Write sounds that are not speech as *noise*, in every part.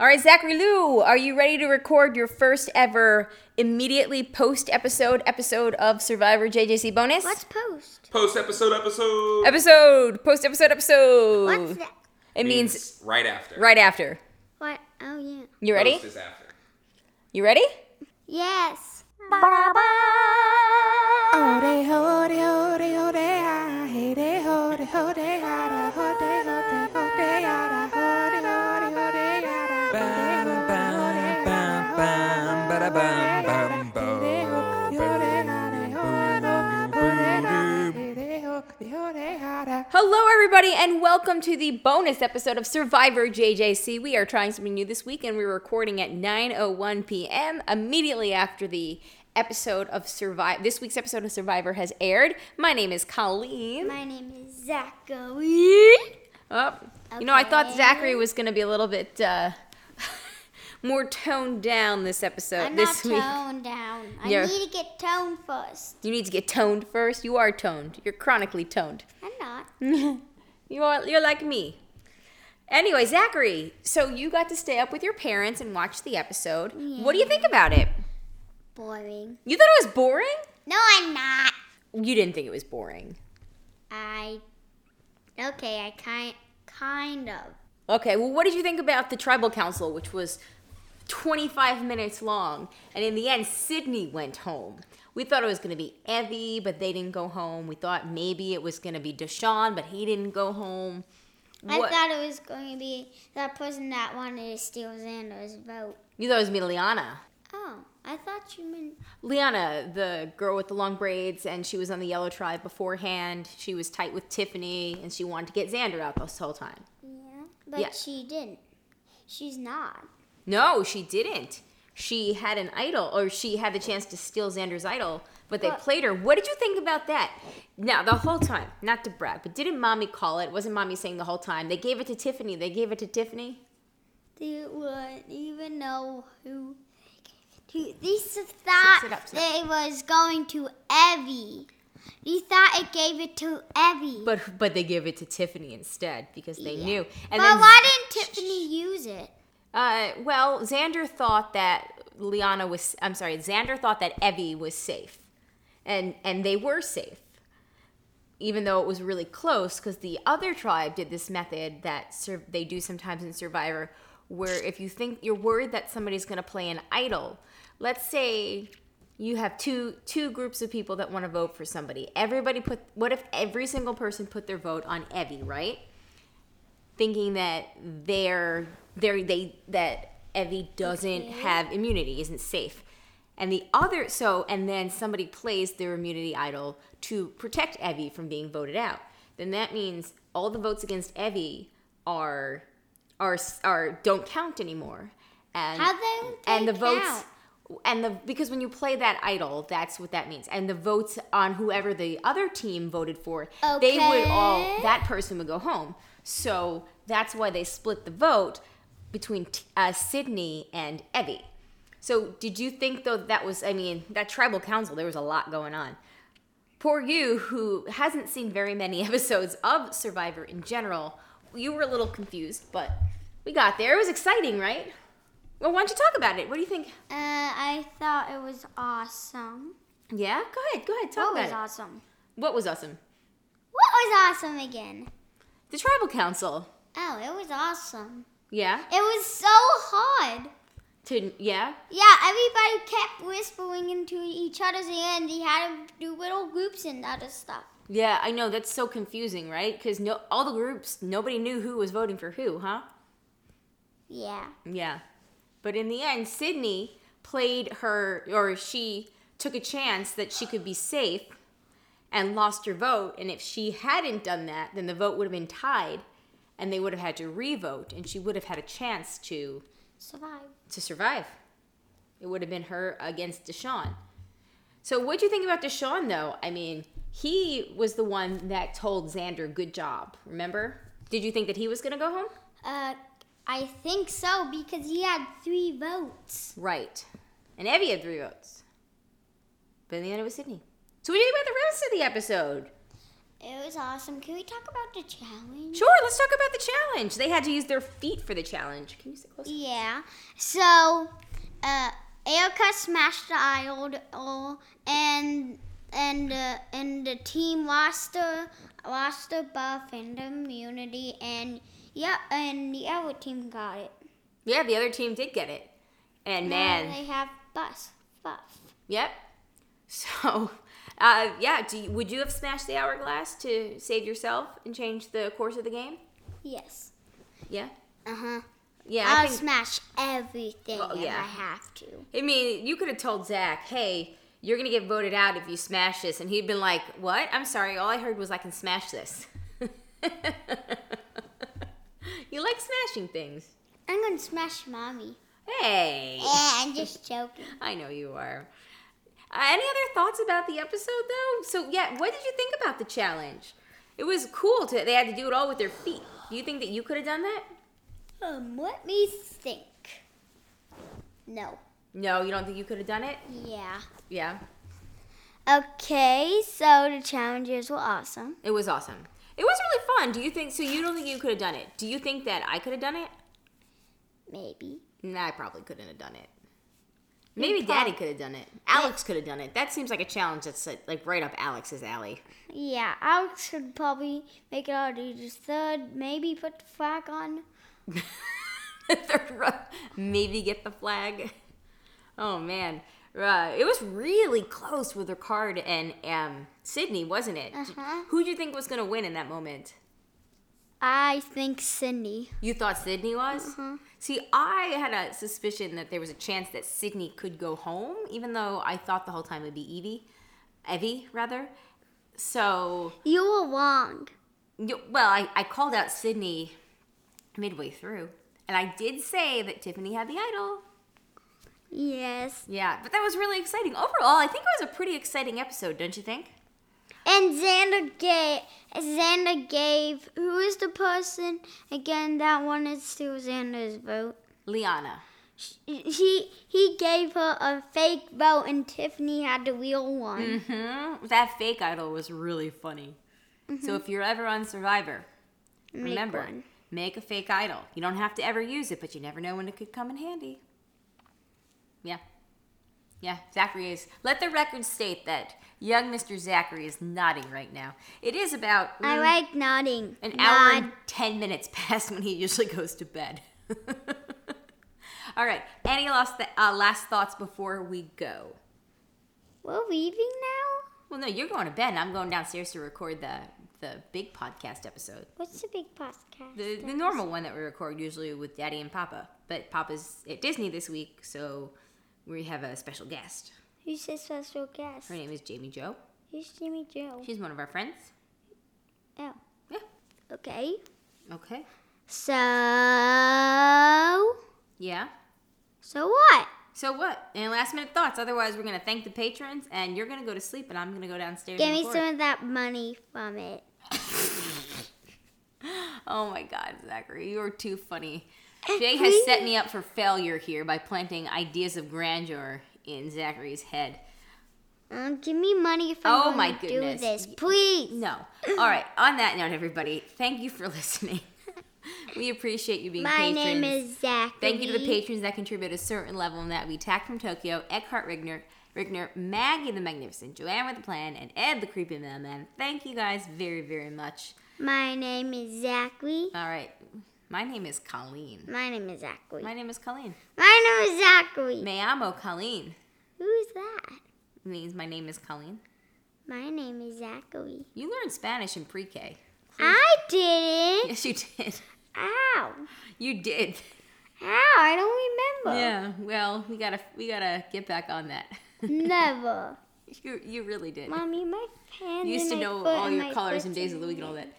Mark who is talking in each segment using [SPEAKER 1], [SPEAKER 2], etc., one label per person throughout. [SPEAKER 1] All right, Zachary Lou, are you ready to record your first ever immediately post episode episode of Survivor JJC bonus?
[SPEAKER 2] Let's post.
[SPEAKER 3] Post episode episode.
[SPEAKER 1] episode post episode episode.
[SPEAKER 2] What's that?
[SPEAKER 1] It means
[SPEAKER 3] right after.
[SPEAKER 1] right after.
[SPEAKER 2] What? Oh yeah.
[SPEAKER 1] You ready?
[SPEAKER 3] Post is after.
[SPEAKER 1] You ready?
[SPEAKER 2] Yes.
[SPEAKER 1] Hello, everybody, and welcome to the bonus episode of Survivor JJC. We are trying something new this week, and we're recording at 9:01 p.m. immediately after the episode of Survivor. This week's episode of Survivor has aired. My name is Colleen.
[SPEAKER 2] My name is Zachary.
[SPEAKER 1] Oh, you know, I thought
[SPEAKER 2] Okay.
[SPEAKER 1] Zachary was going to be a little bit uh, *laughs* more toned down this episode.
[SPEAKER 2] I'm
[SPEAKER 1] Uh, this
[SPEAKER 2] not
[SPEAKER 1] week,
[SPEAKER 2] toned down. I
[SPEAKER 1] You're-
[SPEAKER 2] need to get toned first.
[SPEAKER 1] you need to get toned first. You are toned. You're chronically toned.
[SPEAKER 2] I'm not.
[SPEAKER 1] You are. You're like me. Anyway, Zachary, so you got to stay up with your parents and watch the episode. What do you think about it?
[SPEAKER 2] Boring.
[SPEAKER 1] You thought it was boring?
[SPEAKER 2] No, I'm not.
[SPEAKER 1] You didn't think it was boring.
[SPEAKER 2] I. Okay, I kind kind of.
[SPEAKER 1] Okay, well, what did you think about the tribal council, which was 25 minutes long? And in the end, Sydney went home. We thought it was going to be Evie, but they didn't go home. We thought maybe it was going to be Deshaun, but he didn't go home.
[SPEAKER 2] I
[SPEAKER 1] What-
[SPEAKER 2] thought it was going to be that person that wanted to steal Xander's vote.
[SPEAKER 1] you thought it was me, Liana.
[SPEAKER 2] Oh, I thought you meant.
[SPEAKER 1] Liana, the girl with the long braids, and she was on the Yellow Tribe beforehand. She was tight with Tiffany, and she wanted to get Xander out this whole time.
[SPEAKER 2] Yeah, but
[SPEAKER 1] Yeah.
[SPEAKER 2] she didn't. She's not.
[SPEAKER 1] No, she didn't. She had an idol, or she had the chance to steal Xander's idol, but they
[SPEAKER 2] But-
[SPEAKER 1] played her. What did you think about that? Now, the whole time, not to brag, but didn't mommy call it? Wasn't mommy saying the whole time? They gave it to Tiffany. They gave it to Tiffany.
[SPEAKER 2] They wouldn't even know who. who- They s-
[SPEAKER 1] Sit- sit
[SPEAKER 2] thought
[SPEAKER 1] up, sit
[SPEAKER 2] they was going to Evie. They thought it gave it to Evie.
[SPEAKER 1] But but they gave it to Tiffany instead because they
[SPEAKER 2] Yeah.
[SPEAKER 1] knew.
[SPEAKER 2] But
[SPEAKER 1] And then,
[SPEAKER 2] why didn't Tiffany use it?
[SPEAKER 1] uh, well, Xander thought that Liana was. I'm sorry, Xander thought that Evie was safe, and and they were safe. even though it was really close because the other tribe did this method that sur- they do sometimes in survivor where if you think you're worried that somebody's going to play an idol let's say you have two two groups of people that want to vote for somebody everybody put what if every single person put their vote on evie right thinking that they're, they're they that evie doesn't have immunity isn't safe and the other, so, and then somebody plays their immunity idol to protect Evie from being voted out. Then that means all the votes against Evie are, are, are don't count anymore. And,
[SPEAKER 2] How don't they
[SPEAKER 1] and the
[SPEAKER 2] count?
[SPEAKER 1] votes, and the, because when you play that idol, that's what that means. And the votes on whoever the other team voted for, they would all,
[SPEAKER 2] Okay.
[SPEAKER 1] that person would go home. So that's why they split the vote between t- uh, Sydney and Evie. So, did you think though that was? I mean, that tribal council, there was a lot going on. Poor you, who hasn't seen very many *laughs* episodes of Survivor in general, you were a little confused, but we got there. It was exciting, right? Well, why don't you talk about it? What do you think?
[SPEAKER 2] Uh, I thought it was awesome.
[SPEAKER 1] Yeah, go ahead, go ahead, talk
[SPEAKER 2] What
[SPEAKER 1] about
[SPEAKER 2] was
[SPEAKER 1] it.
[SPEAKER 2] awesome?
[SPEAKER 1] What was awesome?
[SPEAKER 2] What was awesome again?
[SPEAKER 1] The tribal council.
[SPEAKER 2] Oh, it was awesome.
[SPEAKER 1] Yeah,
[SPEAKER 2] It was so hard.
[SPEAKER 1] to yeah,
[SPEAKER 2] Yeah, everybody kept whispering into each other's ear, and they had to do little groups and other stuff.
[SPEAKER 1] yeah. I know that's so confusing, right? Because no, all the groups, nobody knew who was voting for who, huh?
[SPEAKER 2] Yeah.
[SPEAKER 1] Yeah. But in the end, Sydney played her, or she took a chance that she could be safe and lost her vote. And if she hadn't done that, then the vote would have been tied and they would have had to revote and she would have had a chance to
[SPEAKER 2] Survive.
[SPEAKER 1] to survive. It would have been her against Deshaun. So what do you think about Deshaun though? I mean, he was the one that told Xander good job, remember? Did you think that he was going to go home?
[SPEAKER 2] Uh, I think so because he had three votes.
[SPEAKER 1] Right. And Evie had three votes. But in the end, it was Sydney. So what do you think about the rest of the episode?
[SPEAKER 2] It It was awesome. Can we talk about the challenge?
[SPEAKER 1] Sure, let's talk about the challenge. They had to use their feet for the challenge. Can you sit closer?
[SPEAKER 2] Yeah. So, uh, Erica smashed the idol, and and uh, and the team lost the lost the buff and the immunity, and yeah, and the other team got it.
[SPEAKER 1] Yeah, the other team did get it. And
[SPEAKER 2] Now
[SPEAKER 1] man,
[SPEAKER 2] they have bus buff.
[SPEAKER 1] yep. *laughs* So, uh, yeah, do you, would you have smashed the hourglass to save yourself and change the course of the game?
[SPEAKER 2] Yes.
[SPEAKER 1] Yeah.
[SPEAKER 2] Uh huh.
[SPEAKER 1] Uh-huh. Yeah, I
[SPEAKER 2] I'll
[SPEAKER 1] think
[SPEAKER 2] smash everything
[SPEAKER 1] Oh,
[SPEAKER 2] if
[SPEAKER 1] yeah.
[SPEAKER 2] I have to.
[SPEAKER 1] I mean, you could have told Zach, hey, you're going to get voted out if you smash this. And he'd been like, what? I'm sorry. All I heard was I can smash this. *laughs* you like smashing things.
[SPEAKER 2] I'm gonna smash mommy.
[SPEAKER 1] Hey.
[SPEAKER 2] *laughs* Yeah, I'm just joking.
[SPEAKER 1] I know you are. Uh, any other thoughts about the episode, though? So, yeah, what did you think about the challenge? It was cool to, they had to do it all with their feet. Do you think that you could have done that?
[SPEAKER 2] Um, let me think. No.
[SPEAKER 1] No, you don't think you could have done it?
[SPEAKER 2] Yeah.
[SPEAKER 1] Yeah.
[SPEAKER 2] Okay, so the challenges were awesome.
[SPEAKER 1] It was awesome. It was really fun. Do you think so? You don't think you could have done it? Do you think that I could have done it?
[SPEAKER 2] Maybe.
[SPEAKER 1] Nah, I probably couldn't have done it. Maybe Daddy could have done it. Alex could have done it. That seems like a challenge that's like- like right up Alex's alley.
[SPEAKER 2] Yeah, Alex could probably make it all to the third. Maybe put the flag on.
[SPEAKER 1] *laughs* Maybe get the flag. Oh man, uh, it was really close with Ricard and um, Sydney, wasn't it?
[SPEAKER 2] Uh-huh.
[SPEAKER 1] Who do you think was going to win in that moment?
[SPEAKER 2] I think Cindy.
[SPEAKER 1] You thought Sydney was? See, I had a suspicion that there was a chance that Sydney could go home, even though I thought the whole time it would be Evie. Evie, rather. So,
[SPEAKER 2] You were wrong.
[SPEAKER 1] you- well, I, I called out Sydney midway through, and I did say that Tiffany had the idol.
[SPEAKER 2] Yes.
[SPEAKER 1] Yeah, but that was really exciting. Overall, I think it was a pretty exciting episode, don't you think?
[SPEAKER 2] And Xander gave. Xander gave. Who is the person again that wanted to Xander's vote?
[SPEAKER 1] Liana.
[SPEAKER 2] He he gave her a fake vote, and Tiffany had the real one.
[SPEAKER 1] hmm That fake idol was really funny. So if you're ever on Survivor,
[SPEAKER 2] Make
[SPEAKER 1] remember,
[SPEAKER 2] one.
[SPEAKER 1] make a fake idol. You don't have to ever use it, but you never know when it could come in handy. Yeah. Yeah, Zachary is. Let the record state that young Mr. Zachary is nodding right now. It is about
[SPEAKER 2] I like nodding.
[SPEAKER 1] Mm. an hour
[SPEAKER 2] Nod.
[SPEAKER 1] and 10 minutes *laughs* past when he usually goes to bed. *laughs* All right. Any last, th- uh, last thoughts before we go?
[SPEAKER 2] We're leaving now.
[SPEAKER 1] Well, no, you're going to bed, and I'm going downstairs to record the the big podcast episode,
[SPEAKER 2] What's the big podcast?
[SPEAKER 1] the the normal one that we record usually with Daddy and Papa. But Papa's at Disney this week, so we have a special guest.
[SPEAKER 2] Who's the special guest?
[SPEAKER 1] Her name is Jamie Joe.
[SPEAKER 2] Who's Jimmy Joe?
[SPEAKER 1] She's one of our friends.
[SPEAKER 2] Oh,
[SPEAKER 1] Yeah.
[SPEAKER 2] okay.
[SPEAKER 1] Okay.
[SPEAKER 2] So,
[SPEAKER 1] Yeah.
[SPEAKER 2] so what?
[SPEAKER 1] So what? Any last minute thoughts? Otherwise, we're gonna thank the patrons, and you're gonna go to sleep, and I'm gonna go downstairs.
[SPEAKER 2] Give
[SPEAKER 1] and
[SPEAKER 2] me
[SPEAKER 1] record.
[SPEAKER 2] some of that money from it.
[SPEAKER 1] Oh my God, Zachary, you are too funny. Jay has set me up for failure here by planting ideas of grandeur in Zachary's head.
[SPEAKER 2] Um, give me money if
[SPEAKER 1] Oh
[SPEAKER 2] I'm going
[SPEAKER 1] my
[SPEAKER 2] to
[SPEAKER 1] goodness.
[SPEAKER 2] do this, please.
[SPEAKER 1] No.
[SPEAKER 2] Mm.
[SPEAKER 1] All right. On that note, everybody, thank you for *laughs* listening. We appreciate you being
[SPEAKER 2] My
[SPEAKER 1] patrons.
[SPEAKER 2] name is Zachary.
[SPEAKER 1] Thank you to the patrons that contribute a certain level, and that we Tack from Tokyo, Eckhart Rigner, Rigner, Maggie the Magnificent, Joanne with a Plan, and Ed the Creepy Mailman. Thank you guys very, very much.
[SPEAKER 2] My name is Zachary.
[SPEAKER 1] All right. My name is Colleen.
[SPEAKER 2] My name is Zachary.
[SPEAKER 1] My
[SPEAKER 2] My,
[SPEAKER 1] name is Colleen.
[SPEAKER 2] name is Zachary.
[SPEAKER 1] Me amo Colleen.
[SPEAKER 2] Who is that?
[SPEAKER 1] means my name is Colleen.
[SPEAKER 2] My name is Zachary.
[SPEAKER 1] You learned Spanish in pre-K. *laughs*
[SPEAKER 2] I didn't.
[SPEAKER 1] Yes, you did. *laughs*
[SPEAKER 2] Ow.
[SPEAKER 1] You did.
[SPEAKER 2] Ow, I don't remember.
[SPEAKER 1] Yeah. Well, we gotta we gotta get back on that. *laughs*
[SPEAKER 2] Never.
[SPEAKER 1] you you really did.
[SPEAKER 2] Mommy, my hands.
[SPEAKER 1] you used to
[SPEAKER 2] and my
[SPEAKER 1] know
[SPEAKER 2] foot
[SPEAKER 1] all your
[SPEAKER 2] my
[SPEAKER 1] colors
[SPEAKER 2] foot's
[SPEAKER 1] and days
[SPEAKER 2] in
[SPEAKER 1] of the
[SPEAKER 2] my
[SPEAKER 1] week and all
[SPEAKER 2] hand.
[SPEAKER 1] that.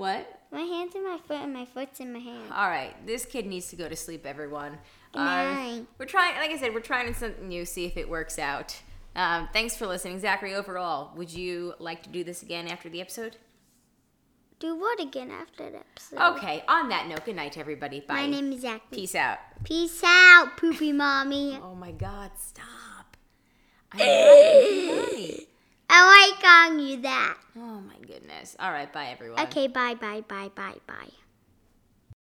[SPEAKER 1] What?
[SPEAKER 2] My hands in my foot and my foot's in my hand.
[SPEAKER 1] All right. This kid needs to go to sleep, everyone.
[SPEAKER 2] Good
[SPEAKER 1] Um,
[SPEAKER 2] night.
[SPEAKER 1] we're trying. Like I said, we're trying something new. See if it works out. Um, thanks for listening, Zachary. Overall, would you like to do this again after the episode?
[SPEAKER 2] Do what again after the episode?
[SPEAKER 1] Okay. On that note, good night, everybody. Bye.
[SPEAKER 2] My name is Zach. Peace,
[SPEAKER 1] Peace out. *laughs*
[SPEAKER 2] out, poopy mommy.
[SPEAKER 1] Oh my God, stop. I love you, honey. I like on you that.
[SPEAKER 2] Oh my goodness. All right, bye everyone.
[SPEAKER 1] Okay, bye, bye, bye, bye, bye.